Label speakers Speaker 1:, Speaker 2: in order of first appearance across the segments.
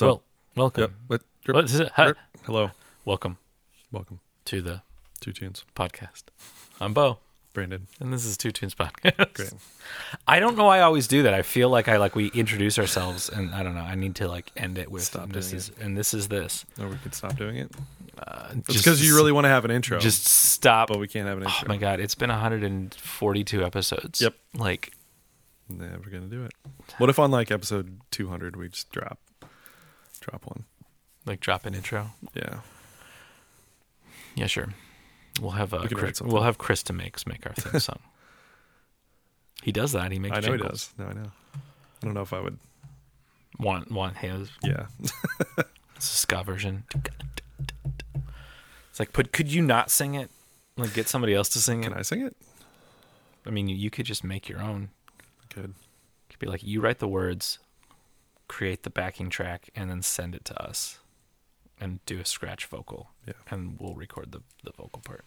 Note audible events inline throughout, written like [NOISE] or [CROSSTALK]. Speaker 1: Welcome.
Speaker 2: Yep. What, drip,
Speaker 1: What is it? Hi-
Speaker 2: drip. Hello.
Speaker 1: Welcome
Speaker 2: Welcome.
Speaker 1: to the
Speaker 2: Two tunes.
Speaker 1: podcast. I'm Bo, [LAUGHS]
Speaker 2: Brandon.
Speaker 1: and this is Two Tunes [LAUGHS] Podcast.
Speaker 2: Great.
Speaker 1: I don't know why I always do that. I feel like I like we introduce ourselves, and I don't know. I need to like end it with
Speaker 2: Stop
Speaker 1: this
Speaker 2: doing
Speaker 1: is and this is this.
Speaker 2: No, Oh, we could stop doing it.
Speaker 1: Uh,
Speaker 2: It's
Speaker 1: just-
Speaker 2: because you really want to have an intro.
Speaker 1: just stop.
Speaker 2: but we can't have an
Speaker 1: Oh
Speaker 2: intro.
Speaker 1: my god, it's been 142 episodes.
Speaker 2: Yep.
Speaker 1: Like
Speaker 2: Never gonna do it. What if on like episode two hundred we just drop drop one?
Speaker 1: like drop an intro.
Speaker 2: Yeah.
Speaker 1: Yeah, sure. We'll have uh,
Speaker 2: We can write
Speaker 1: Chris,
Speaker 2: something.
Speaker 1: we'll have Chris to makes make our [LAUGHS] theme song. he does that. He makes.
Speaker 2: I know he
Speaker 1: jingles.
Speaker 2: does. No, I know. I don't know if I would
Speaker 1: Want want his
Speaker 2: Yeah.
Speaker 1: It's a ska version. It's like, but could you not sing it? Like, get somebody else to sing it.
Speaker 2: Can
Speaker 1: I,
Speaker 2: I sing it?
Speaker 1: mean, you could just make your own.
Speaker 2: Good.
Speaker 1: It could be like, you write the words, create the backing track, and then send it to us, and do a scratch vocal.
Speaker 2: Yeah.
Speaker 1: And we'll record the the vocal part.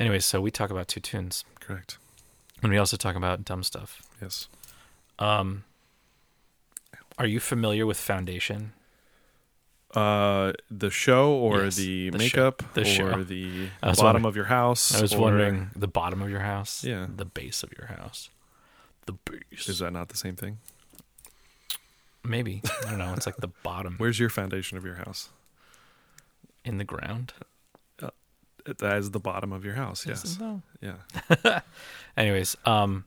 Speaker 1: Anyway, so we talk about two tunes,
Speaker 2: Correct.
Speaker 1: and we also talk about dumb stuff.
Speaker 2: Yes.
Speaker 1: Um, are you familiar with Foundation?
Speaker 2: Uh the show or
Speaker 1: Yes,
Speaker 2: the,
Speaker 1: the
Speaker 2: makeup
Speaker 1: show. The
Speaker 2: or
Speaker 1: show.
Speaker 2: the
Speaker 1: I was
Speaker 2: bottom
Speaker 1: wondering-
Speaker 2: of your house.
Speaker 1: I was
Speaker 2: or-
Speaker 1: wondering the bottom of your house,
Speaker 2: Yeah.
Speaker 1: the base of your house, the base.
Speaker 2: Is that not the same thing? [LAUGHS]
Speaker 1: Maybe I don't know. It's like the bottom
Speaker 2: Where's your foundation of your house?
Speaker 1: in the ground.
Speaker 2: That is the bottom of your house,
Speaker 1: Is
Speaker 2: yes.
Speaker 1: it though?
Speaker 2: Yeah.
Speaker 1: Anyways, um,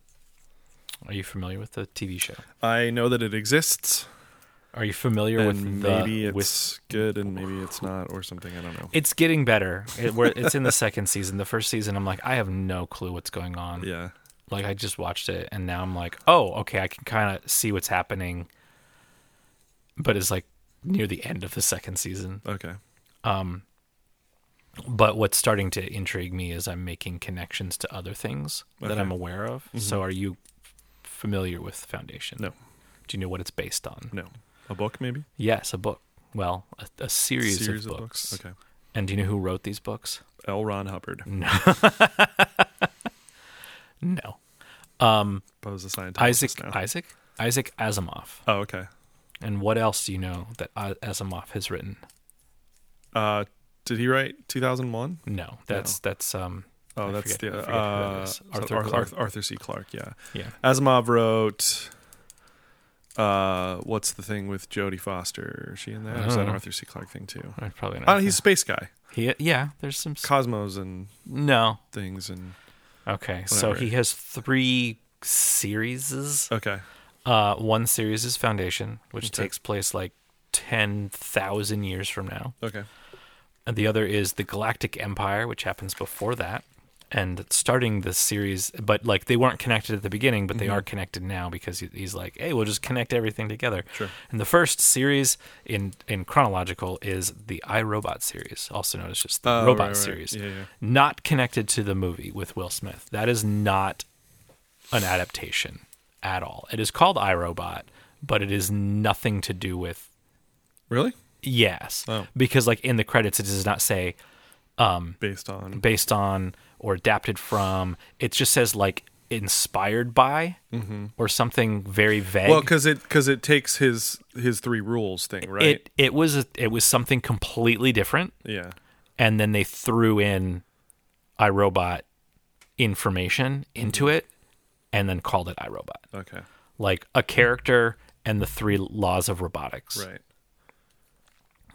Speaker 1: are you familiar with the TV show?
Speaker 2: I know that it exists.
Speaker 1: Are you familiar
Speaker 2: and
Speaker 1: with the?
Speaker 2: Uh, maybe
Speaker 1: with-
Speaker 2: it's good and maybe it's not or something. I don't know.
Speaker 1: it's getting better. It, we're, it's in the [LAUGHS] second season. The first season, I'm like, I have no clue what's going on.
Speaker 2: yeah,
Speaker 1: Like, I just watched it, and now I'm like, oh, okay, I can kind of see what's happening. But it's like near the end of the second season.
Speaker 2: okay.
Speaker 1: Um, but what's starting to intrigue me is I'm making connections to other things that
Speaker 2: Okay. Mm-hmm.
Speaker 1: I'm aware of. So, are you familiar with Foundation?
Speaker 2: No.
Speaker 1: Do you know what it's based on?
Speaker 2: No, a book maybe.
Speaker 1: Yes, a book. Well, a, a series, of, books.
Speaker 2: Okay.
Speaker 1: And do you know who wrote these books?
Speaker 2: L. Ron Hubbard.
Speaker 1: No. [LAUGHS] no. Um,
Speaker 2: Bo's a scientist.
Speaker 1: Isaac.
Speaker 2: Now.
Speaker 1: Isaac. Isaac Asimov.
Speaker 2: oh, okay.
Speaker 1: And what else do you know that I- Asimov has written?
Speaker 2: Uh, did he write 2001?
Speaker 1: No, that's that's um.
Speaker 2: Oh,
Speaker 1: I
Speaker 2: that's
Speaker 1: forget- I
Speaker 2: the
Speaker 1: forget who that
Speaker 2: uh,
Speaker 1: is.
Speaker 2: so
Speaker 1: Arthur
Speaker 2: Arth-
Speaker 1: Clarke.
Speaker 2: Arth- Arthur, C. Clarke. Yeah.
Speaker 1: Yeah.
Speaker 2: Asimov wrote. Uh, what's the thing with Jodie Foster? Is she in that? Or is that
Speaker 1: Oh.
Speaker 2: an Arthur C. Clarke thing too?
Speaker 1: I probably not.
Speaker 2: Uh, he's a space guy.
Speaker 1: he, yeah. There's some s-
Speaker 2: Cosmos and
Speaker 1: no.
Speaker 2: things and
Speaker 1: Okay, so
Speaker 2: Whatever.
Speaker 1: he has three series.
Speaker 2: okay.
Speaker 1: Uh, one series is Foundation, which
Speaker 2: Okay.
Speaker 1: takes place like ten thousand years from now,
Speaker 2: Okay.
Speaker 1: and the other is the Galactic Empire, which happens before that. And starting the series, but like they weren't connected at the beginning, but they
Speaker 2: Mm-hmm.
Speaker 1: are connected now because he- he's like, "Hey, we'll just connect everything together."
Speaker 2: Sure.
Speaker 1: And the first series in in chronological is the iRobot series, also known as just the
Speaker 2: Uh,
Speaker 1: Robot
Speaker 2: right, right.
Speaker 1: series
Speaker 2: Yeah, yeah.
Speaker 1: not connected to the movie with Will Smith. That is not an adaptation at all. It is called iRobot, but it is nothing to do with
Speaker 2: Really?
Speaker 1: yes.
Speaker 2: Oh.
Speaker 1: Because like in the credits it does not say Mm.
Speaker 2: Based on
Speaker 1: based on or adapted from. It just says like inspired by or something very vague.
Speaker 2: Mm-hmm. Well, because it because it takes his his three rules thing, right?
Speaker 1: It it was a, it was something completely different
Speaker 2: yeah.
Speaker 1: and then they threw in iRobot information into
Speaker 2: Mm-hmm.
Speaker 1: it and then called it iRobot.
Speaker 2: Okay.
Speaker 1: Like a character and the three laws of robotics.
Speaker 2: Right.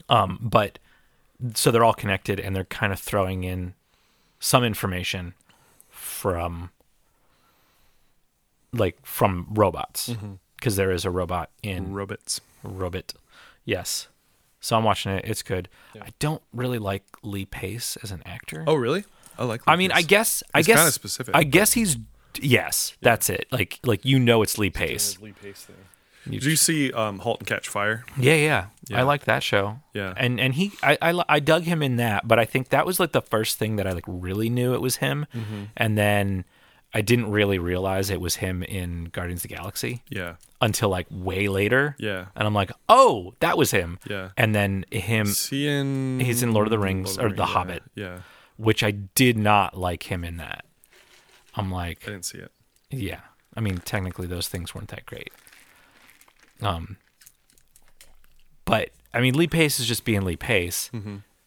Speaker 1: Um, but so they're all connected and they're kind of throwing in some information from like from robots
Speaker 2: Mm-hmm.
Speaker 1: because is a robot in
Speaker 2: Robots.
Speaker 1: Robot. Yes. So I'm watching it. It's good. I don't really like Lee Pace as an actor.
Speaker 2: Oh, really? I like.
Speaker 1: I mean,
Speaker 2: Lucas.
Speaker 1: I guess, I
Speaker 2: He's
Speaker 1: guess,
Speaker 2: kinda specific,
Speaker 1: I guess he's yes, that's it. Like, like you know, it's Lee Pace.
Speaker 2: Lee Pace thing.
Speaker 1: You-
Speaker 2: Did you see um, *Halt and Catch Fire*?
Speaker 1: Yeah, yeah, I like that show.
Speaker 2: Yeah.
Speaker 1: and and he, I, I, li- I dug him in that, but I think that was like the first thing that I like really knew it was him,
Speaker 2: Mm-hmm.
Speaker 1: and then I didn't really realize it was him in Guardians of the Galaxy
Speaker 2: Yeah.
Speaker 1: until like way later.
Speaker 2: Yeah.
Speaker 1: and I'm like, oh, that was him.
Speaker 2: Yeah.
Speaker 1: and then him,
Speaker 2: Seeing
Speaker 1: he's in Lord of the Rings or The Hobbit,
Speaker 2: Yeah.
Speaker 1: which I did not like him in that. I'm like,
Speaker 2: I didn't see it.
Speaker 1: Yeah. I mean, technically those things weren't that great. Um But I mean, Lee Pace is just being Lee Pace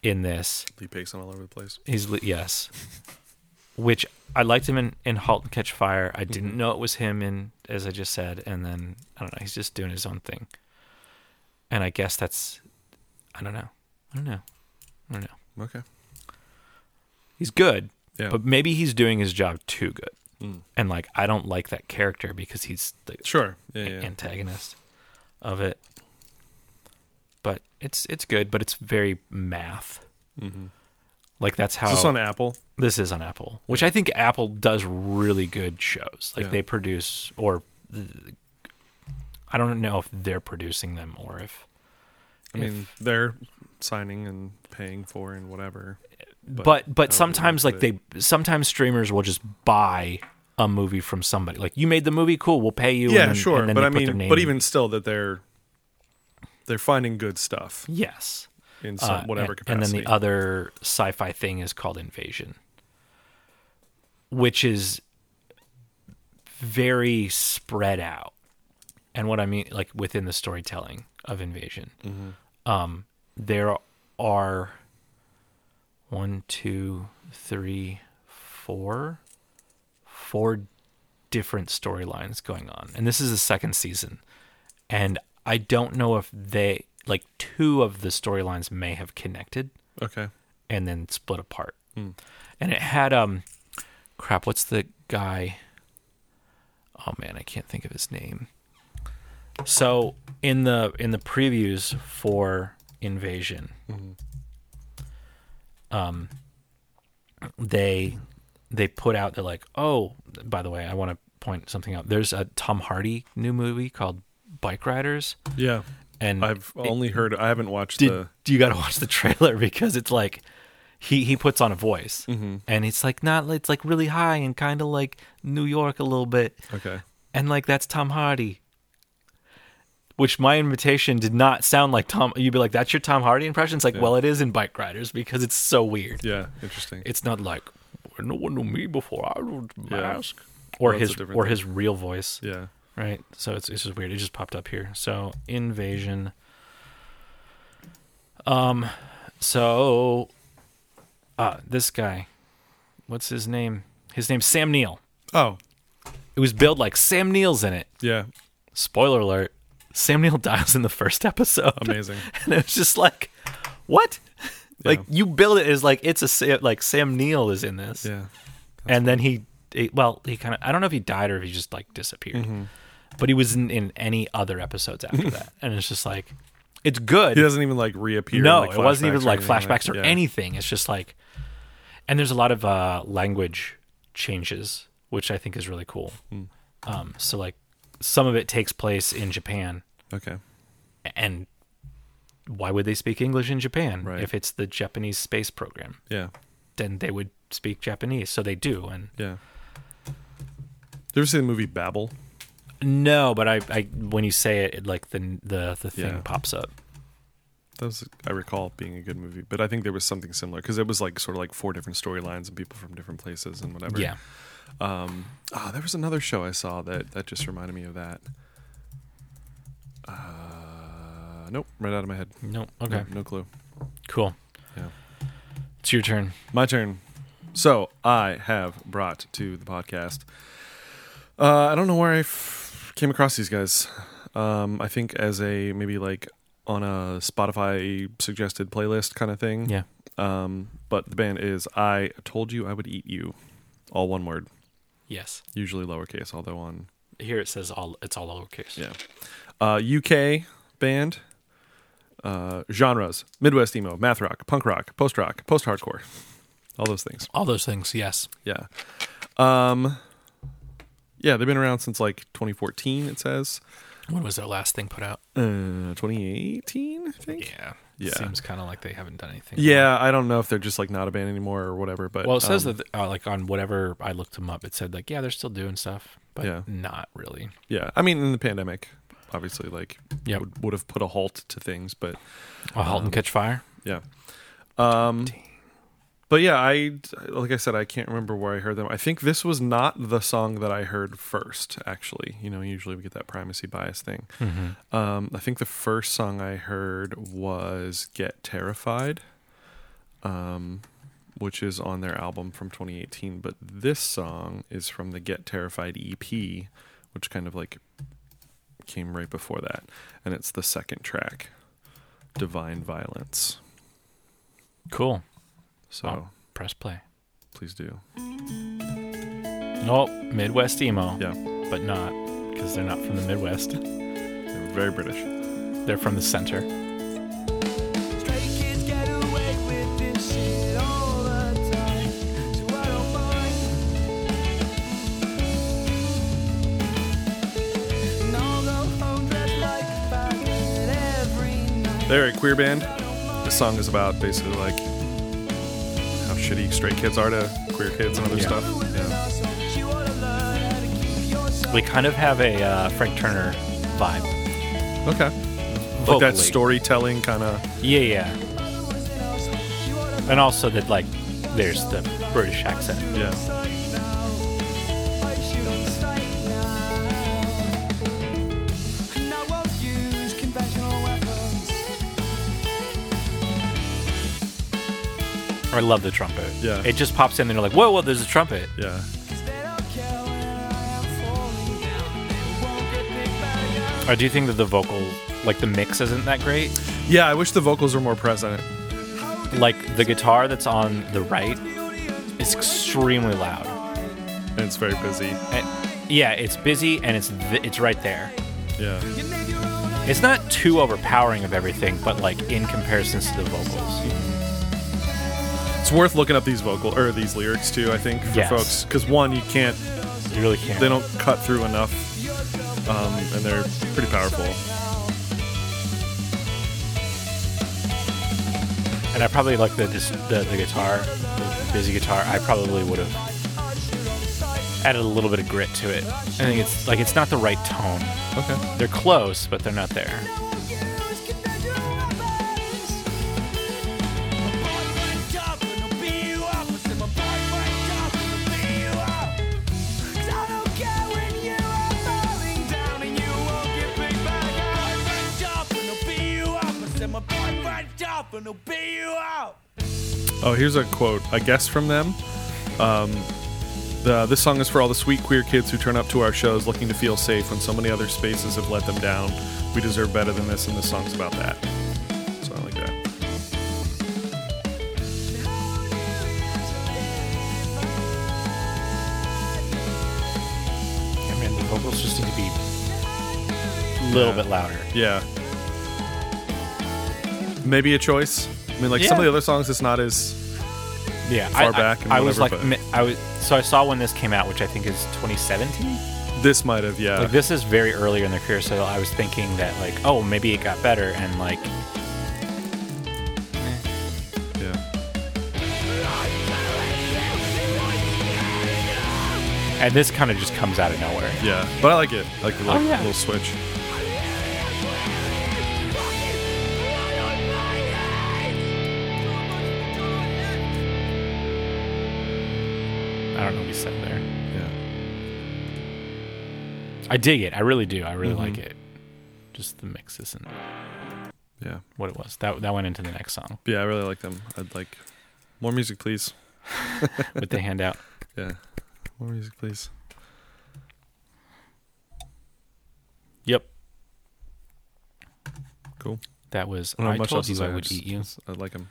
Speaker 1: in this.
Speaker 2: Lee Mm-hmm. Pace all over the place.
Speaker 1: He's Lee, yes, which I liked him in in *Halt and Catch Fire*. I
Speaker 2: Mm-hmm.
Speaker 1: didn't know it was him in, as I just said, and then I don't know. He's just doing his own thing, and I guess that's, I don't know, I don't know, I don't know.
Speaker 2: Okay.
Speaker 1: He's good,
Speaker 2: Yeah.
Speaker 1: but maybe he's doing his job too good,
Speaker 2: Mm.
Speaker 1: and like I don't like that character because he's the
Speaker 2: Sure. Yeah. yeah.
Speaker 1: antagonist of it. But it's it's good, but it's very math.
Speaker 2: Mhm.
Speaker 1: Like that's how
Speaker 2: Is this on Apple?
Speaker 1: this is on Apple, which I think Apple does really good shows. Like
Speaker 2: Yeah.
Speaker 1: they produce, or I don't know if they're producing them or if.
Speaker 2: I mean, they're signing and paying for and whatever.
Speaker 1: but but,
Speaker 2: however
Speaker 1: sometimes
Speaker 2: much
Speaker 1: like they sometimes streamers will just buy a movie from somebody. Like you made the movie, cool, we'll pay you.
Speaker 2: yeah,
Speaker 1: and then,
Speaker 2: sure.
Speaker 1: and then
Speaker 2: But
Speaker 1: they
Speaker 2: I
Speaker 1: put their
Speaker 2: mean,
Speaker 1: name
Speaker 2: but
Speaker 1: in.
Speaker 2: even still, that they're they're finding good stuff
Speaker 1: yes,
Speaker 2: in some
Speaker 1: Uh,
Speaker 2: whatever
Speaker 1: and,
Speaker 2: capacity.
Speaker 1: And then the other sci-fi thing is called Invasion, which is very spread out. And what I mean, like within the storytelling of Invasion,
Speaker 2: Mm-hmm.
Speaker 1: um, there are one, two, three, four, four different storylines going on, and this is the second season and I don't know if they like two of the storylines may have connected
Speaker 2: okay.
Speaker 1: and then split apart. And it had um crap, what's the guy? Oh man, I can't think of his name. So in the in the previews for Invasion, um they they put out they're like, "Oh, by the way, I want to point something out. There's a Tom Hardy new movie called Bike Riders."
Speaker 2: Yeah.
Speaker 1: And
Speaker 2: I've only heard. I haven't watched
Speaker 1: Mm. did
Speaker 2: the.
Speaker 1: you got to [LAUGHS] watch the trailer because it's like he he puts on a voice
Speaker 2: Mm-hmm.
Speaker 1: and it's like not it's like really high and kind of like New York a little bit
Speaker 2: Okay.
Speaker 1: and like that's Tom Hardy. Which my invitation did not sound like Tom. You'd be like, "That's your Tom Hardy impression." It's like, well, it is in Bike Riders because it's so weird.
Speaker 2: Yeah. Interesting.
Speaker 1: It's not like "Well, no one knew me before I was
Speaker 2: Yeah.
Speaker 1: mask or
Speaker 2: That's a
Speaker 1: his
Speaker 2: different
Speaker 1: or
Speaker 2: thing.
Speaker 1: his real voice
Speaker 2: yeah.
Speaker 1: right? So it's it's just weird. It just popped up here. So invasion. Um, so, uh, this guy, what's his name? His name's Sam Neill.
Speaker 2: Oh.
Speaker 1: It was billed like Sam Neill's in it.
Speaker 2: Yeah.
Speaker 1: Spoiler alert: Sam Neill [LAUGHS] dies in the first episode.
Speaker 2: [LAUGHS] Amazing.
Speaker 1: and it was just like, what? Like
Speaker 2: Yeah.
Speaker 1: you build it as like it's a Sa- like Sam Neill is in this
Speaker 2: Yeah.
Speaker 1: and then he, he- well he kind of i don't know if he died or if he just like disappeared
Speaker 2: Mm-hmm.
Speaker 1: but he wasn't in any other
Speaker 2: [LAUGHS]
Speaker 1: episodes after that and it's just like it's good
Speaker 2: He doesn't even like reappear.
Speaker 1: no
Speaker 2: in, like,
Speaker 1: it wasn't even
Speaker 2: flashbacks or
Speaker 1: like
Speaker 2: anything
Speaker 1: flashbacks or
Speaker 2: yeah.
Speaker 1: anything it's just like and there's a lot of uh language changes which i think is really cool
Speaker 2: Hmm.
Speaker 1: um so like some of it takes place in japan
Speaker 2: Okay.
Speaker 1: and why would they speak english in japan
Speaker 2: Right.
Speaker 1: if it's the japanese space program
Speaker 2: Yeah.
Speaker 1: then they would speak japanese so they do and
Speaker 2: Yeah. You ever see the movie Babel?
Speaker 1: No, but I, I when you say it, it like the the the thing
Speaker 2: Yeah.
Speaker 1: pops up.
Speaker 2: That was, I recall being a good movie, but I think there was something similar because it was like sort of like four different storylines and people from different places and whatever.
Speaker 1: Yeah,
Speaker 2: Um, ah, there was another show I saw that that just reminded me of that. Uh, nope, right out of my head.
Speaker 1: no, okay,
Speaker 2: No, no clue.
Speaker 1: cool.
Speaker 2: Yeah.
Speaker 1: It's your turn.
Speaker 2: My turn. So I have brought to the podcast. Uh, I don't know where I f- came across these guys. Um, I think as a maybe like on a Spotify suggested playlist kind of thing.
Speaker 1: Yeah,
Speaker 2: Um, but the band is I Told You I Would Eat You. All one word,
Speaker 1: yes.
Speaker 2: usually lowercase, although on
Speaker 1: Here it says all it's all lowercase.
Speaker 2: yeah. Uh, UK band. Uh, genres Midwest emo, math rock, punk rock, post rock, post hardcore. All those things.
Speaker 1: All those things. Yes.
Speaker 2: Yeah. Um, yeah, they've been around since like 2014, it says.
Speaker 1: When was their last thing put out?
Speaker 2: Uh, 2018, I think.
Speaker 1: Yeah.
Speaker 2: Yeah.
Speaker 1: Seems kind of like they haven't done anything.
Speaker 2: Yeah, I don't know if they're just like not a band anymore or whatever, but
Speaker 1: Well, it says
Speaker 2: um,
Speaker 1: that uh, like on whatever I looked them up, it said like yeah they're still doing stuff, but
Speaker 2: Yeah.
Speaker 1: not really.
Speaker 2: yeah. I mean, in the pandemic, obviously, like
Speaker 1: Yeah.
Speaker 2: would, would have put a halt to things, but
Speaker 1: Um, A halt and catch fire.
Speaker 2: yeah. Um, But yeah, I like I said, I can't remember where I heard them. I think this was not the song that I heard first. Actually, you know, usually we get that primacy bias thing.
Speaker 1: mm-hmm.
Speaker 2: Um, I think the first song I heard was "Get Terrified," um, which is on their album from 2018. But this song is from the "Get Terrified" EP, which kind of like came right before that, and it's the second track, "Divine Violence."
Speaker 1: Cool.
Speaker 2: So
Speaker 1: Oh. Press play.
Speaker 2: please do.
Speaker 1: Oh, Midwest emo,
Speaker 2: Yeah,
Speaker 1: but not because they're not from the Midwest.
Speaker 2: they're very British.
Speaker 1: They're from the center.
Speaker 3: Stray kids get away with this shit all the time, so I don't mind. And although I'm dressed like a faggot every night,
Speaker 2: They're a queer band. The song is about basically like how shitty straight kids are to queer kids and other
Speaker 1: Yeah.
Speaker 2: stuff. Yeah.
Speaker 3: so you wanna learn how to keep yourself.
Speaker 1: We kind of have a uh, Frank Turner vibe.
Speaker 2: Okay. Like
Speaker 1: vocally.
Speaker 2: that storytelling kind of.
Speaker 1: Yeah, yeah. And also that like there's the British accent.
Speaker 2: Yeah.
Speaker 3: I should on sight now, and I won't use conventional weapons.
Speaker 1: I love the trumpet.
Speaker 2: Yeah.
Speaker 1: It just pops in and you're like, whoa, whoa, there's a trumpet.
Speaker 2: Yeah.
Speaker 3: They don't care when I am falling down. They won't get me back up.
Speaker 1: I do think that the vocal, like the mix isn't that great.
Speaker 2: Yeah, I wish the vocals were more present.
Speaker 1: Like the guitar that's on the right is extremely loud.
Speaker 2: And it's very busy.
Speaker 1: And- yeah, it's busy and it's th- it's right there.
Speaker 2: Yeah.
Speaker 3: You made your own
Speaker 1: It's not too overpowering of everything, but like in comparison to the vocals.
Speaker 2: It's worth looking up these vocal or these lyrics too, I think, for
Speaker 1: Yes.
Speaker 2: folks. Because one, you can't,
Speaker 1: You really can't.
Speaker 2: they don't cut through enough. Um, and they're pretty powerful.
Speaker 1: And I probably like the dis- the, the guitar, the busy guitar. I probably would have added a little bit of grit to it. I think it's like it's not the right tone.
Speaker 2: Okay.
Speaker 1: They're close, but they're not there.
Speaker 3: use conventional weapons. My boy went up and he'll beat you up. I said, my boy went up and he'll beat you up. 'Cause I don't care when you are falling down and you won't get picked back up. My boy went up and he'll beat you up. I said, my boy went up and he'll beat you up.
Speaker 2: Oh, here's a quote, I guess, from them. Um, the, this song is for all the sweet queer kids who turn up to our shows looking to feel safe when so many other spaces have let them down. We deserve better than this, and this song's about that. So I like that.
Speaker 1: I mean, the vocals just need to be a little bit louder.
Speaker 2: Yeah. Maybe a choice. I mean, like some of the
Speaker 1: Yeah.
Speaker 2: other songs, it's not as.
Speaker 1: Yeah,
Speaker 2: Far
Speaker 1: I,
Speaker 2: back and
Speaker 1: I, I was like,
Speaker 2: whatever,
Speaker 1: mi- I was so I saw when this came out, which I think is 2017.
Speaker 2: This might have, yeah.
Speaker 1: Like this is very early in their career, so I was thinking that like, oh, maybe it got better, and like,
Speaker 2: yeah.
Speaker 1: and this kind of just comes out of nowhere.
Speaker 2: Yeah. But I like it. I like the little,
Speaker 1: Oh, yeah.
Speaker 2: little switch.
Speaker 1: I don't know what we said there.
Speaker 2: Yeah.
Speaker 1: I dig it. I really do. I
Speaker 2: Mm-hmm.
Speaker 1: really like it. Just the mix isn't
Speaker 2: Yeah.
Speaker 1: what it was. That that went into the next song
Speaker 2: Yeah, I really like them. I'd like more music, please.
Speaker 1: with the handout.
Speaker 2: Yeah. More music, please.
Speaker 1: Yep.
Speaker 2: Cool.
Speaker 1: That was
Speaker 2: don't know
Speaker 1: I
Speaker 2: much
Speaker 1: told
Speaker 2: else to
Speaker 1: you
Speaker 2: say.
Speaker 1: I
Speaker 2: I
Speaker 1: would
Speaker 2: just-
Speaker 1: eat you.
Speaker 2: I like them.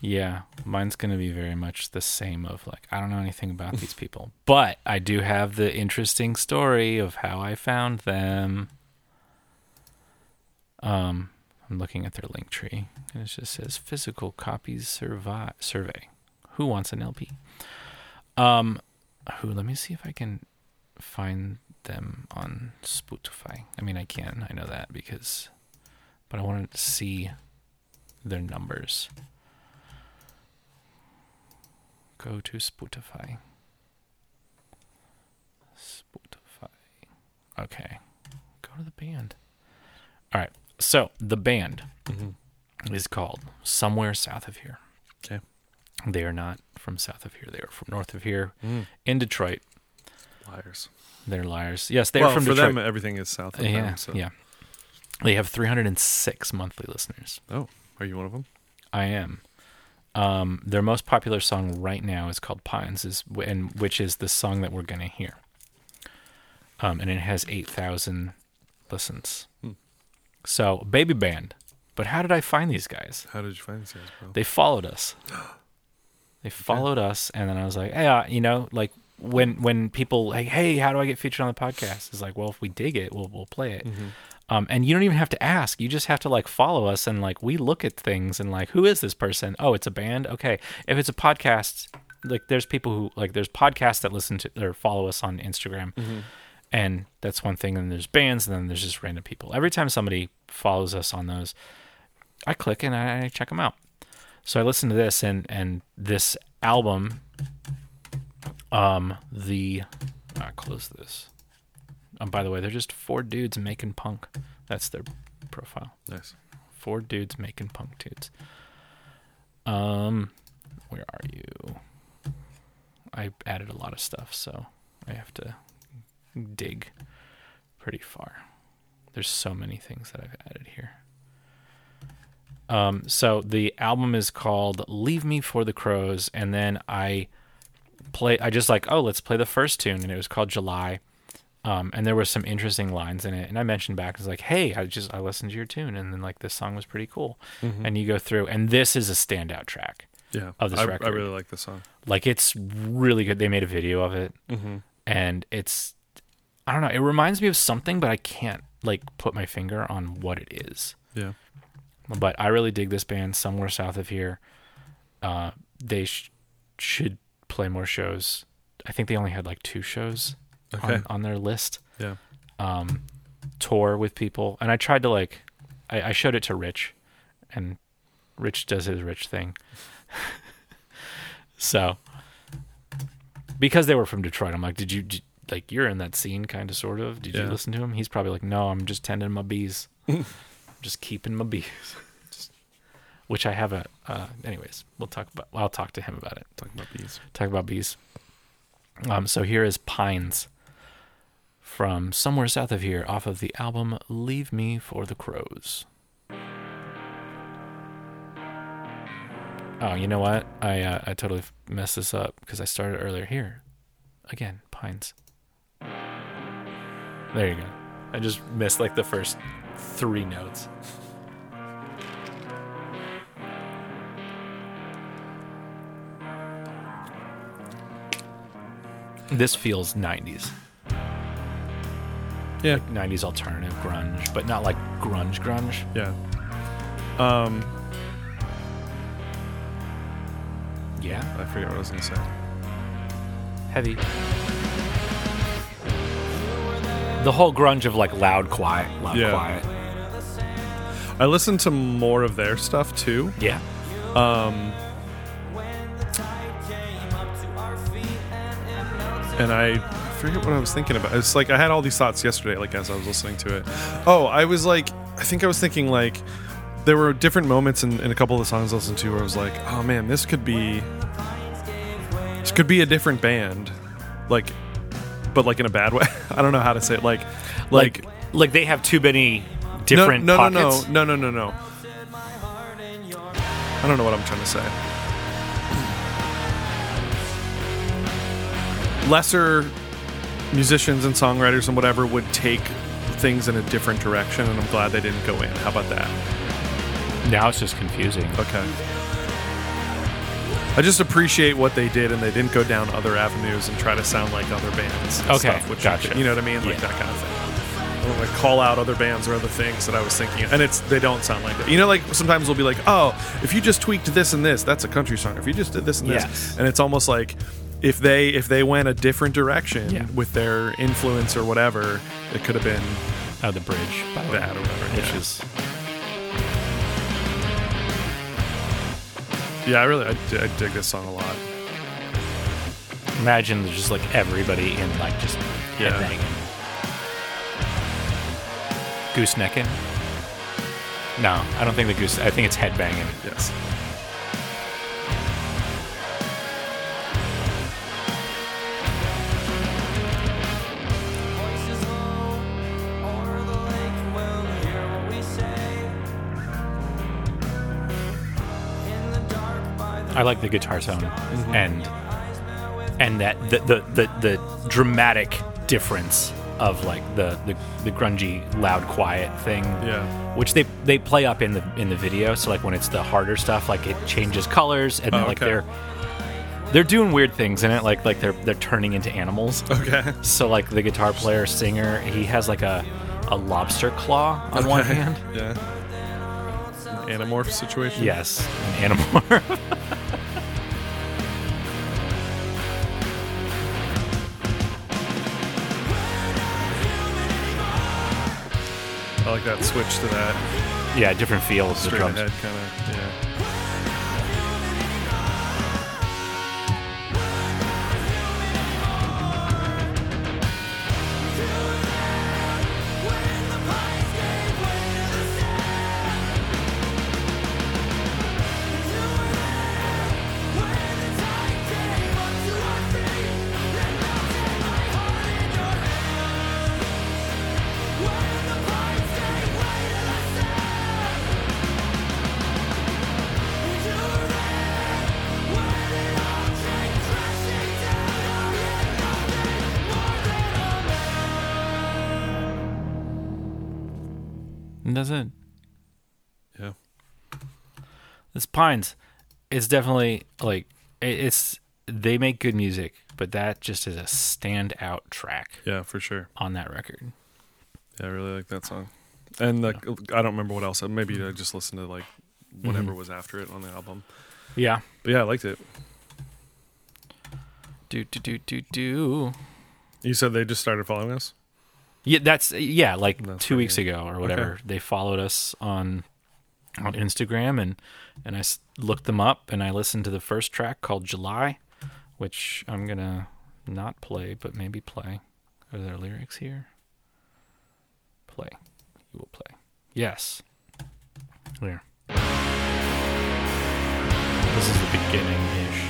Speaker 1: Yeah, mine's gonna be very much the same. Of like, I don't know anything about these people, but I do have the interesting story of how I found them. Um, I'm looking at their link tree, and it just says physical copies survey. Survey. Who wants an LP? Um, who? Let me see if I can find them on Spotify. I mean, I can. I know that because, but I wanted to see their numbers go to Spotify. Spotify. Okay. Go to the band. All right. Mm-hmm. So the band is called Somewhere South of Here.
Speaker 2: Okay.
Speaker 1: They are not from south of here. They are from north of here
Speaker 2: Mm.
Speaker 1: in Detroit.
Speaker 2: Liars.
Speaker 1: They're liars. Yes, they
Speaker 2: well,
Speaker 1: are from
Speaker 2: for
Speaker 1: Detroit.
Speaker 2: them, everything is south of
Speaker 1: yeah,
Speaker 2: them. So.
Speaker 1: yeah. They have 306 monthly listeners.
Speaker 2: Oh, are you one of them?
Speaker 1: I am. Um, their most popular song right now is called Pines, is and which is the song that we're gonna hear. Um, and it has eight thousand listens. So baby band, but how did I find these guys?
Speaker 2: How did you find these guys, bro?
Speaker 1: They followed us. They followed us, and then I was like, hey, uh, you know, like when when people like, hey, how do I get featured on the podcast? It's like, well, if we dig it, we'll we'll play it. Um, and you don't even have to ask. You just have to like follow us and like we look at things and like who is this person? Oh, it's a band. Okay, if it's a podcast, like there's people who like there's podcasts that listen to or follow us on Instagram, and that's one thing. And there's bands, and then there's just random people. Every time somebody follows us on those, I click and I, I check them out. So I listened to this and and this album, um, the I close this. Um, by the way, they're just four dudes making punk. That's their profile.
Speaker 2: nice.
Speaker 1: Four dudes making punk dudes. Um, where are you? I added a lot of stuff, so I have to dig pretty far. There's so many things that I've added here. Um, so the album is called "Leave Me for the Crows," and then I play. I just like, oh, let's play the first tune, and it was called "July." um, and there were some interesting lines in it. And I mentioned back, I was like, "Hey, I just I listened to your tune, and then like this song was pretty cool." And you go through, and this is a standout track.
Speaker 2: Yeah.
Speaker 1: Of Oh, this
Speaker 2: I, I
Speaker 1: record.
Speaker 2: really like this song.
Speaker 1: Like it's really good. They made a video of it, and it's I don't know. It reminds me of something, but I can't like put my finger on what it is.
Speaker 2: Yeah.
Speaker 1: But I really dig this band. Somewhere south of here, uh, they sh- should play more shows. I think they only had like two shows
Speaker 2: Okay.
Speaker 1: on, on their list. Um,
Speaker 2: Yeah.
Speaker 1: tour with people and i tried to like i, I showed it to rich and rich does his rich thing [LAUGHS] so because they were from detroit i'm like did you did, like you're in that scene kind of sort of did
Speaker 2: Yeah.
Speaker 1: you listen to him he's probably like no i'm just tending my
Speaker 2: [LAUGHS]
Speaker 1: bees just keeping my bees [LAUGHS] which i have a uh anyways we'll talk about i'll talk to him about it
Speaker 2: Talking about bees.
Speaker 1: talk about bees. Um, so here is Pines from somewhere south of here off of the album Leave Me for the Crows. Oh, you know what? I uh, I totally f- messed this up because I started earlier. Here, again, pines. There you go. I just missed like the first three notes. This feels 90s.
Speaker 2: Yeah.
Speaker 1: 90s alternative grunge, but not like grunge grunge.
Speaker 2: Yeah. Um,
Speaker 1: Yeah.
Speaker 2: I forget what I was going to say.
Speaker 1: Heavy. The whole grunge of like loud quiet, loud
Speaker 2: Yeah.
Speaker 1: quiet.
Speaker 2: I listened to more of their stuff too.
Speaker 1: Yeah.
Speaker 2: and I forget what I was thinking about. It's like I had all these thoughts yesterday, like as I was listening to it. Oh, I was like, I think I was thinking like there were different moments in, in a couple of the songs I listened to where I was like, oh man, this could be this could be a different band, like, but like in a bad [LAUGHS] way. I don't know how to say it. Like, like,
Speaker 1: Like like they have too many different
Speaker 2: no, no, no,
Speaker 1: pockets.
Speaker 2: no, no, no, no, no. I don't know what I'm trying to say. Lesser musicians and songwriters and whatever would take things in a different direction, and I'm glad they didn't go in. How about that?
Speaker 1: Now it's just confusing.
Speaker 2: Okay. I just appreciate what they did, and they didn't go down other avenues and try to sound like other bands. And
Speaker 1: Okay,
Speaker 2: stuff, which
Speaker 1: gotcha.
Speaker 2: You know what I mean, like
Speaker 1: Yeah.
Speaker 2: that kind of thing. I don't, like call out other bands or other things that I was thinking, and it's they don't sound like that. You know, like sometimes we'll be like, oh, if you just tweaked this and this, that's a country song. If you just did this and
Speaker 1: Yes.
Speaker 2: this, and it's almost like if they if they went a different direction
Speaker 1: Yeah.
Speaker 2: with their influence or whatever, it could have been
Speaker 1: Oh, the bridge. By the way.
Speaker 2: that or whatever.
Speaker 1: Which
Speaker 2: yeah.
Speaker 1: is
Speaker 2: yeah, I really I, d- I dig this song a lot.
Speaker 1: imagine there's just like everybody in like just
Speaker 2: Yeah.
Speaker 1: headbanging. Goosenecking? No, I don't think the goose I think it's headbanging.
Speaker 2: Yes.
Speaker 1: I like the guitar tone
Speaker 2: Mm-hmm.
Speaker 1: and and that the, the the the dramatic difference of like the the, the grungy loud quiet thing
Speaker 2: Yeah.
Speaker 1: which they they play up in the in the video so like when it's the harder stuff like it changes colors and then, like
Speaker 2: Oh, okay.
Speaker 1: they're they're doing weird things in it like like they're they're turning into animals
Speaker 2: [LAUGHS] Okay.
Speaker 1: so like the guitar player singer he has like a a lobster claw on one
Speaker 2: Okay.
Speaker 1: hand
Speaker 2: [LAUGHS] Yeah. An anamorph situation.
Speaker 1: yes an animal [LAUGHS]
Speaker 2: I like that switch to that
Speaker 1: yeah different feels the
Speaker 2: straight
Speaker 1: drums
Speaker 2: ahead kind of. Yeah.
Speaker 1: And that's it
Speaker 2: Yeah.
Speaker 1: This Pines, it's definitely like it- it's they make good music, but that just is a standout track
Speaker 2: Yeah, for sure.
Speaker 1: on that record.
Speaker 2: Yeah, I really like that song. And like, I don't remember what else. Maybe I just listened to like whatever was after it on the album.
Speaker 1: Yeah.
Speaker 2: But yeah, I liked it.
Speaker 1: Do do do do do.
Speaker 2: You said they just started following us.
Speaker 1: Yeah, that's yeah, like
Speaker 2: That's
Speaker 1: two
Speaker 2: pretty
Speaker 1: weeks ago or whatever. They followed us on on Instagram and and I s- looked them up and I listened to the first track called July, which I'm gonna not play but maybe play. Are there lyrics here? Play. You will play. Yes. There. This is the beginning ish.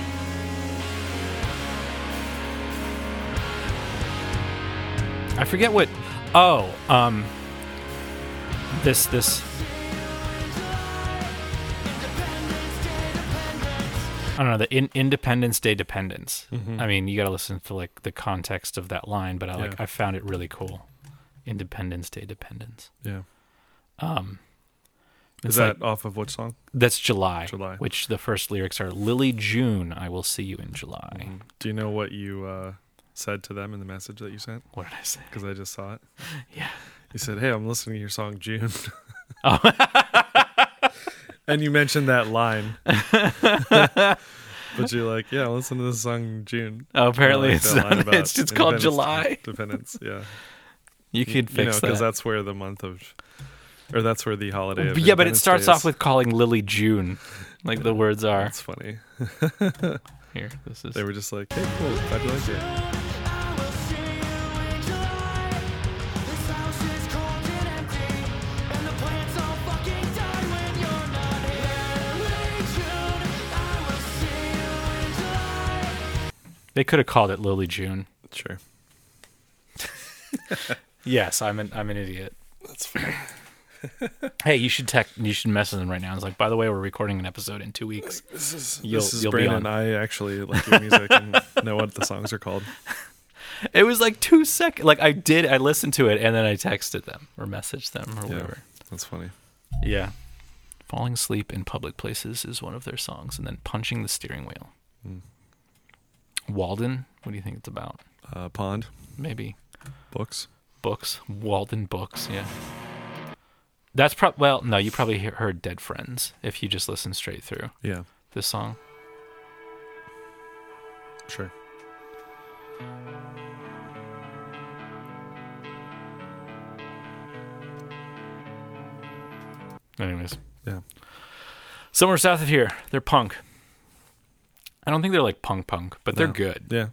Speaker 1: I forget what. Oh, um, this this. I don't know the in- Independence Day dependence. I mean, you got to listen to like the context of that line, but I like
Speaker 2: Yeah.
Speaker 1: I found it really cool. Independence Day dependence.
Speaker 2: Yeah.
Speaker 1: Um,
Speaker 2: Is
Speaker 1: it's
Speaker 2: that
Speaker 1: like-
Speaker 2: off of which song?
Speaker 1: that's July,
Speaker 2: July.
Speaker 1: Which the first lyrics are Lily June, I will see you in July.
Speaker 2: Mm-hmm. Do you know what you uh, said to them in the message that you sent?
Speaker 1: What did I say?
Speaker 2: Because I just saw it.
Speaker 1: [LAUGHS] Yeah.
Speaker 2: You said, "Hey, I'm listening to your song
Speaker 1: [LAUGHS]
Speaker 2: June."
Speaker 1: Oh.
Speaker 2: [LAUGHS] and you mentioned that line. but you're like, "Yeah, listen to this song June."
Speaker 1: Oh, apparently
Speaker 2: I like
Speaker 1: it's
Speaker 2: that line
Speaker 1: not, [LAUGHS]
Speaker 2: about
Speaker 1: it's it's called
Speaker 2: independence- [LAUGHS]
Speaker 1: July.
Speaker 2: Dependence, yeah.
Speaker 1: [LAUGHS] You could
Speaker 2: you know,
Speaker 1: fix
Speaker 2: because
Speaker 1: that.
Speaker 2: that's where the month of, or that's where the holiday. Of
Speaker 1: yeah, but
Speaker 2: Independence
Speaker 1: it
Speaker 2: Day
Speaker 1: starts
Speaker 2: is.
Speaker 1: off with calling Lily June, like the words
Speaker 2: [LAUGHS]
Speaker 1: are.
Speaker 2: That's funny.
Speaker 1: Here, this is.
Speaker 2: They were just like, "Hey, cool, how'd you like it?"
Speaker 1: They could have called it Lily June.
Speaker 2: Sure.
Speaker 1: Yes, I'm an I'm an idiot. That's fair. [LAUGHS] hey, you should tech. You should message them right now. It's like, by the way, we're recording an episode in two weeks.
Speaker 2: This is
Speaker 1: You'll-
Speaker 2: this is
Speaker 1: you'll be
Speaker 2: Brandon.
Speaker 1: on.
Speaker 2: I actually like your music and know what the songs are called.
Speaker 1: [LAUGHS] It was like two seconds. Like I did. I listened to it and then I texted them or messaged them or
Speaker 2: Yeah,
Speaker 1: whatever.
Speaker 2: that's funny.
Speaker 1: Yeah. Falling asleep in public places is one of their songs, and then punching the steering wheel.
Speaker 2: Mm.
Speaker 1: Walden, what do you think it's about?
Speaker 2: Uh, Pond
Speaker 1: Maybe
Speaker 2: books.
Speaker 1: books, Walden books. Yeah, that's prob. Well, no, you probably he- heard Dead Friends if you just listen straight through
Speaker 2: Yeah,
Speaker 1: this song.
Speaker 2: sure.
Speaker 1: Anyways,
Speaker 2: Yeah,
Speaker 1: somewhere south of here, they're punk. I don't think they're like punk punk, but they're
Speaker 2: No.
Speaker 1: good.
Speaker 2: yeah,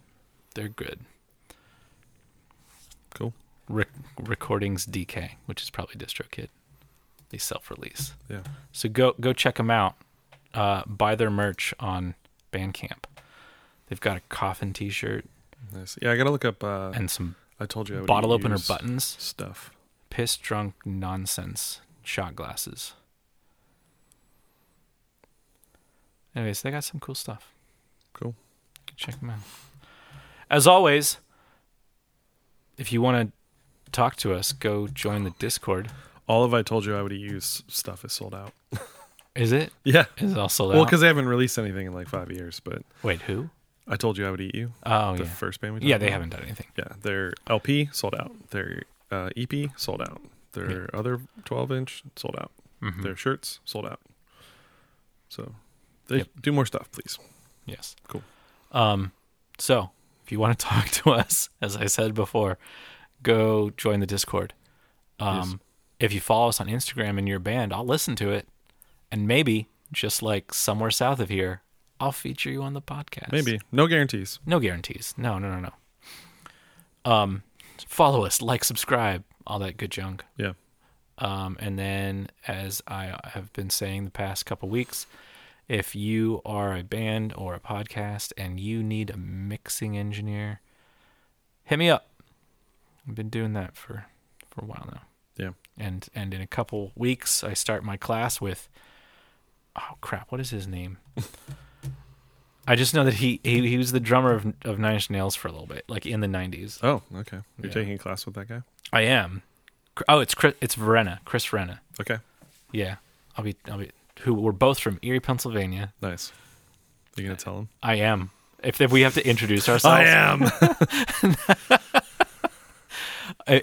Speaker 1: They're good.
Speaker 2: cool.
Speaker 1: Re- recordings DK, which is probably DistroKid. They self-release.
Speaker 2: Yeah,
Speaker 1: So go go check them out. Uh, buy their merch on Bandcamp. They've got a coffin T-shirt
Speaker 2: nice. Yeah, I gotta look up. Uh,
Speaker 1: and some
Speaker 2: I told you I would
Speaker 1: bottle opener
Speaker 2: use
Speaker 1: buttons,
Speaker 2: stuff.
Speaker 1: piss drunk nonsense shot glasses. Anyways, they got some cool stuff.
Speaker 2: Cool.
Speaker 1: Check them out. As always, if you want to talk to us, go join the Discord.
Speaker 2: All of I told you I would use stuff is sold out.
Speaker 1: Is it?
Speaker 2: Yeah.
Speaker 1: Is it also
Speaker 2: Well, because they haven't released anything in like five years, but
Speaker 1: wait, who?
Speaker 2: I told you I would eat you.
Speaker 1: Oh
Speaker 2: the
Speaker 1: yeah,
Speaker 2: first band we talked
Speaker 1: yeah. They
Speaker 2: about.
Speaker 1: haven't done anything.
Speaker 2: Yeah, their LP sold out. Their uh, EP sold out. Their other 12 inch sold out.
Speaker 1: Mhm.
Speaker 2: Their shirts sold out. So they
Speaker 1: Yep.
Speaker 2: do more stuff, please.
Speaker 1: Yes.
Speaker 2: Cool.
Speaker 1: Um, so if you want to [LAUGHS] talk to us, as I said before, go join the Discord. Um,
Speaker 2: Yes.
Speaker 1: If you follow us on Instagram in your band, I'll listen to it, and maybe just like somewhere south of here, I'll feature you on the podcast.
Speaker 2: Maybe. No guarantees.
Speaker 1: No guarantees. No, no, no, no. Um, follow us, like, subscribe, all that good junk.
Speaker 2: Yeah.
Speaker 1: Um, and then, as I have been saying the past couple weeks, if you are a band or a podcast and you need a mixing engineer, hit me up. I've been doing that for for a while now,
Speaker 2: Yeah.
Speaker 1: and and in a couple weeks I start my class with. Oh crap! What is his name? [LAUGHS] I just know that he he, he was the drummer of of Nine Inch Nails for a little bit, like in the '90s.
Speaker 2: Oh, okay. You're
Speaker 1: Yeah.
Speaker 2: taking a class with that guy?
Speaker 1: I am. Cr- Oh, it's Chris, it's Verena, Chris Verena.
Speaker 2: Okay.
Speaker 1: Yeah, I'll be, I'll be. Who we're both from Erie, Pennsylvania.
Speaker 2: Nice. You going to tell him?
Speaker 1: I am. If, if we have to introduce
Speaker 2: I
Speaker 1: ourselves,
Speaker 2: am.
Speaker 1: [LAUGHS] I-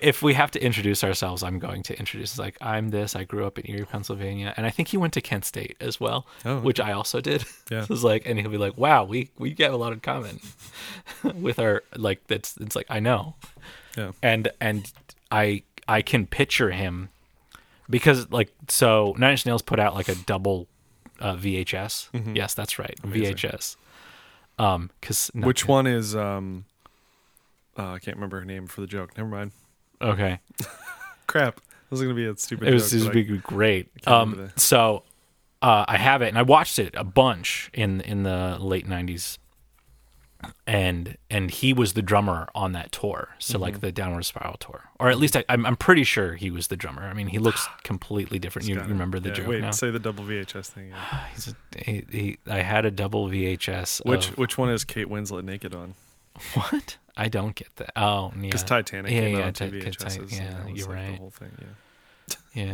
Speaker 1: If we have to introduce ourselves, I'm going to introduce. Like I'm this. I grew up in Erie, Pennsylvania, and I think he went to Kent State as well,
Speaker 2: Oh,
Speaker 1: which I also did. [LAUGHS]
Speaker 2: Yeah.
Speaker 1: so it's like, and he'll be like, "Wow, we we get a lot in common [LAUGHS] with our like." That's it's like I know.
Speaker 2: yeah.
Speaker 1: and and I I can picture him because like so Nine Inch Nails put out like a double uh, VHS.
Speaker 2: Mm-hmm.
Speaker 1: Yes, that's right, VHS. Um, because
Speaker 2: [LAUGHS] Which one is, um, uh, I can't remember her name for the joke. Never mind.
Speaker 1: Okay,
Speaker 2: Crap. This is going to be a stupid
Speaker 1: it was,
Speaker 2: joke.
Speaker 1: it was
Speaker 2: but I-
Speaker 1: big- great.
Speaker 2: can't
Speaker 1: Um,
Speaker 2: remember the-
Speaker 1: so uh, I have it, and I watched it a bunch in in the late '90s. And and he was the drummer on that tour, so
Speaker 2: Mm-hmm.
Speaker 1: like the Downward Spiral tour, or at least I, I'm I'm pretty sure he was the drummer. I mean,
Speaker 2: [SIGHS]
Speaker 1: he looks completely different. You
Speaker 2: Got it.
Speaker 1: remember the
Speaker 2: Yeah,
Speaker 1: joke?
Speaker 2: Wait,
Speaker 1: now?
Speaker 2: say the double VHS thing. again.
Speaker 1: [SIGHS] He's a, he, he, I had a double VHS.
Speaker 2: Which [LAUGHS]
Speaker 1: of-
Speaker 2: which one is Kate Winslet naked on?
Speaker 1: what? I don't get that. Oh, yeah.
Speaker 2: Because Titanic
Speaker 1: Yeah,
Speaker 2: came
Speaker 1: yeah,
Speaker 2: out
Speaker 1: Ti-
Speaker 2: on two
Speaker 1: 'cause Ti-
Speaker 2: VHSs. and
Speaker 1: yeah,
Speaker 2: that was,
Speaker 1: you're
Speaker 2: like, The
Speaker 1: right.
Speaker 2: whole thing. Yeah.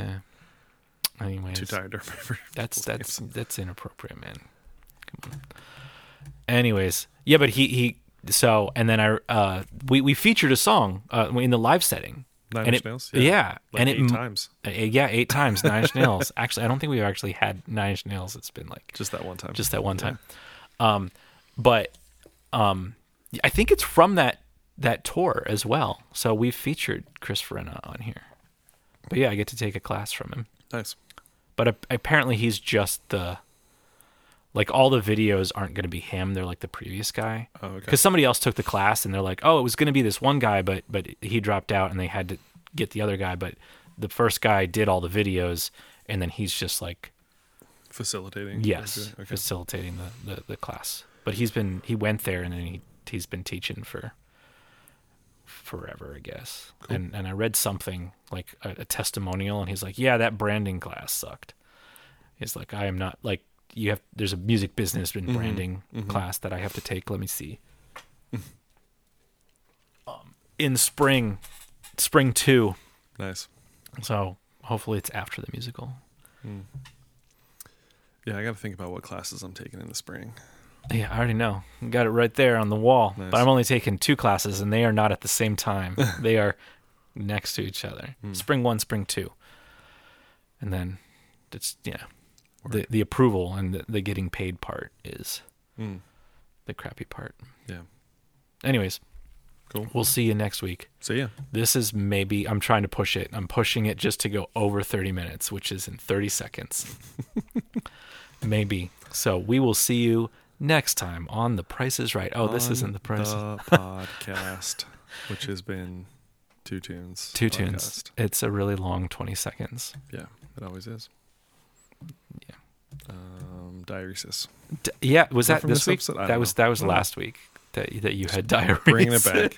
Speaker 1: Yeah. Anyways,
Speaker 2: Too tired to remember. [LAUGHS]
Speaker 1: that's
Speaker 2: people's
Speaker 1: that's
Speaker 2: names.
Speaker 1: that's inappropriate, man. Come on. Anyways, yeah, but he he. So and then I uh we we featured a song uh in the live setting.
Speaker 2: Nine
Speaker 1: and
Speaker 2: Inch
Speaker 1: it-
Speaker 2: Nails.
Speaker 1: yeah,
Speaker 2: Like
Speaker 1: and
Speaker 2: eight
Speaker 1: it m-
Speaker 2: times.
Speaker 1: Uh, yeah
Speaker 2: [LAUGHS]
Speaker 1: eight times Nine Inch Nails. actually, I don't think we've actually had Nine Inch Nails. It's been like
Speaker 2: Just that one time.
Speaker 1: just that one time. Um, but um, I think it's from that that tour as well. So we've featured Chris Verena on here. But yeah, I get to take a class from him.
Speaker 2: nice.
Speaker 1: But ap- apparently, he's just the like all the videos aren't going to be him. They're like the previous guy.
Speaker 2: Oh, okay.
Speaker 1: Because somebody else took the class and they're like, oh, it was going to be this one guy, but but he dropped out and they had to get the other guy. But the first guy did all the videos, and then he's just like
Speaker 2: Facilitating.
Speaker 1: Yes,
Speaker 2: Okay.
Speaker 1: facilitating the, the, the class. But he's been he went there and then he he's been teaching for forever, I guess. And and I read something like a, a testimonial, and he's like, "Yeah, that branding class sucked." He's like, "I am not like you have." There's a music business and branding class that I have to take. Let me see. um, in spring, spring two.
Speaker 2: Nice.
Speaker 1: So hopefully it's after the musical.
Speaker 2: Yeah, I got to think about what classes I'm taking in the spring.
Speaker 1: Yeah, I already know. Got it right there on the wall.
Speaker 2: Nice.
Speaker 1: But I'm only taking two classes, and they are not at the
Speaker 2: [LAUGHS]
Speaker 1: same time. they are next to each other.
Speaker 2: Hmm.
Speaker 1: Spring one, spring two, and then it's yeah, the the approval and the, the getting paid part is
Speaker 2: Mm.
Speaker 1: the crappy part.
Speaker 2: Yeah.
Speaker 1: Anyways,
Speaker 2: Cool.
Speaker 1: We'll see you next week.
Speaker 2: So yeah,
Speaker 1: This is maybe I'm trying to push it. I'm pushing it just to go over 30 minutes, which is in
Speaker 2: [LAUGHS]
Speaker 1: 30 seconds. maybe. So we will see you next time on The Price is Right. Oh, this
Speaker 2: on
Speaker 1: isn't The Price. [LAUGHS] is
Speaker 2: The podcast, which has been two tunes.
Speaker 1: Two tunes.
Speaker 2: podcast.
Speaker 1: It's a really long 20 seconds.
Speaker 2: Yeah, it always is.
Speaker 1: Yeah.
Speaker 2: Um, diuresis.
Speaker 1: D- yeah, was
Speaker 2: Is that
Speaker 1: that
Speaker 2: from
Speaker 1: this
Speaker 2: this
Speaker 1: week?
Speaker 2: episode? I
Speaker 1: That
Speaker 2: don't
Speaker 1: was
Speaker 2: know.
Speaker 1: that was
Speaker 2: I don't know.
Speaker 1: last week that that you had diarrhea.
Speaker 2: bringing it
Speaker 1: [LAUGHS]
Speaker 2: back.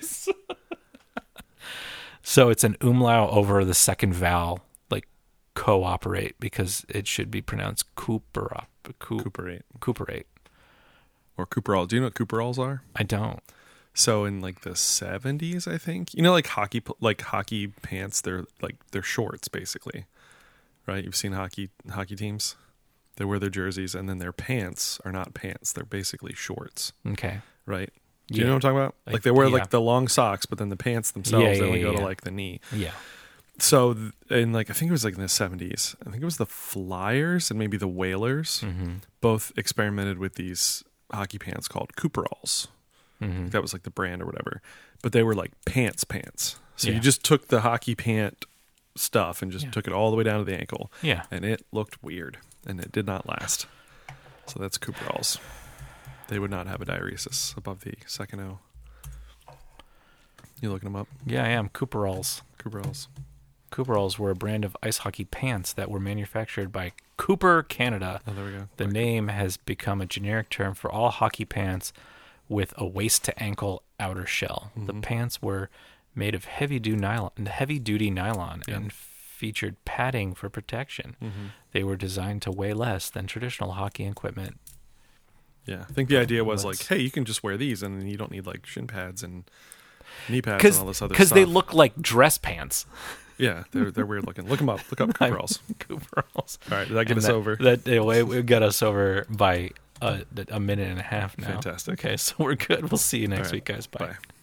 Speaker 1: so it's an umlau over the second vowel, like k cooperate because it should be pronounced cooperop, coop,
Speaker 2: Cooperate
Speaker 1: cooperate.
Speaker 2: or Cooperall. Do you know what Cooperalls are?
Speaker 1: I don't.
Speaker 2: So in like the seventies, I think you know, like hockey, pl- like hockey pants. They're like they're shorts, basically, right? You've seen hockey hockey teams. They wear their jerseys, and then their pants are not pants. They're basically shorts,
Speaker 1: Okay.
Speaker 2: right? Do you
Speaker 1: Yeah.
Speaker 2: know what I'm talking about?
Speaker 1: Like,
Speaker 2: Like, they wear
Speaker 1: yeah.
Speaker 2: like the long socks, but then the pants themselves
Speaker 1: Yeah, yeah,
Speaker 2: they only
Speaker 1: yeah,
Speaker 2: go
Speaker 1: yeah.
Speaker 2: to like the knee.
Speaker 1: Yeah.
Speaker 2: So th- in like I think it was like in the seventies. I think it was the Flyers and maybe the Whalers
Speaker 1: Mm-hmm.
Speaker 2: both experimented with these hockey pants called Cooperalls
Speaker 1: Mm-hmm.
Speaker 2: that was like the brand or whatever but they were like pants pants so
Speaker 1: Yeah.
Speaker 2: you just took the hockey pant stuff and just
Speaker 1: Yeah.
Speaker 2: took it all the way down to the ankle
Speaker 1: Yeah.
Speaker 2: and it looked weird and it did not last so that's cooperalls they would not have a diuresis above the second o you looking them up
Speaker 1: Yeah, I am. Cooperalls.
Speaker 2: cooperalls
Speaker 1: Cooperalls were a brand of ice hockey pants that were manufactured by Cooper Canada.
Speaker 2: oh there we go
Speaker 1: The name has become a generic term for all hockey pants with a waist to ankle outer shell. The pants were made of heavy duty nylon, heavy duty nylon and featured padding for protection.
Speaker 2: Mm.
Speaker 1: They were designed to weigh less than traditional hockey equipment.
Speaker 2: yeah i think the idea was like
Speaker 1: Let's-
Speaker 2: hey you can just wear these and then you don't need like shin pads and knee pads and all this other
Speaker 1: Because
Speaker 2: stuff
Speaker 1: they look like dress pants. [LAUGHS]
Speaker 2: yeah they're, they're weird looking look them up look up cooperalls
Speaker 1: Cooperalls.
Speaker 2: all right did i get
Speaker 1: And
Speaker 2: us
Speaker 1: that-
Speaker 2: over
Speaker 1: That yeah, we, we got us over by a, a minute and a half now.
Speaker 2: Fantastic.
Speaker 1: Okay, [LAUGHS] so we're good. We'll see you next
Speaker 2: All right.
Speaker 1: week, guys. Bye.
Speaker 2: bye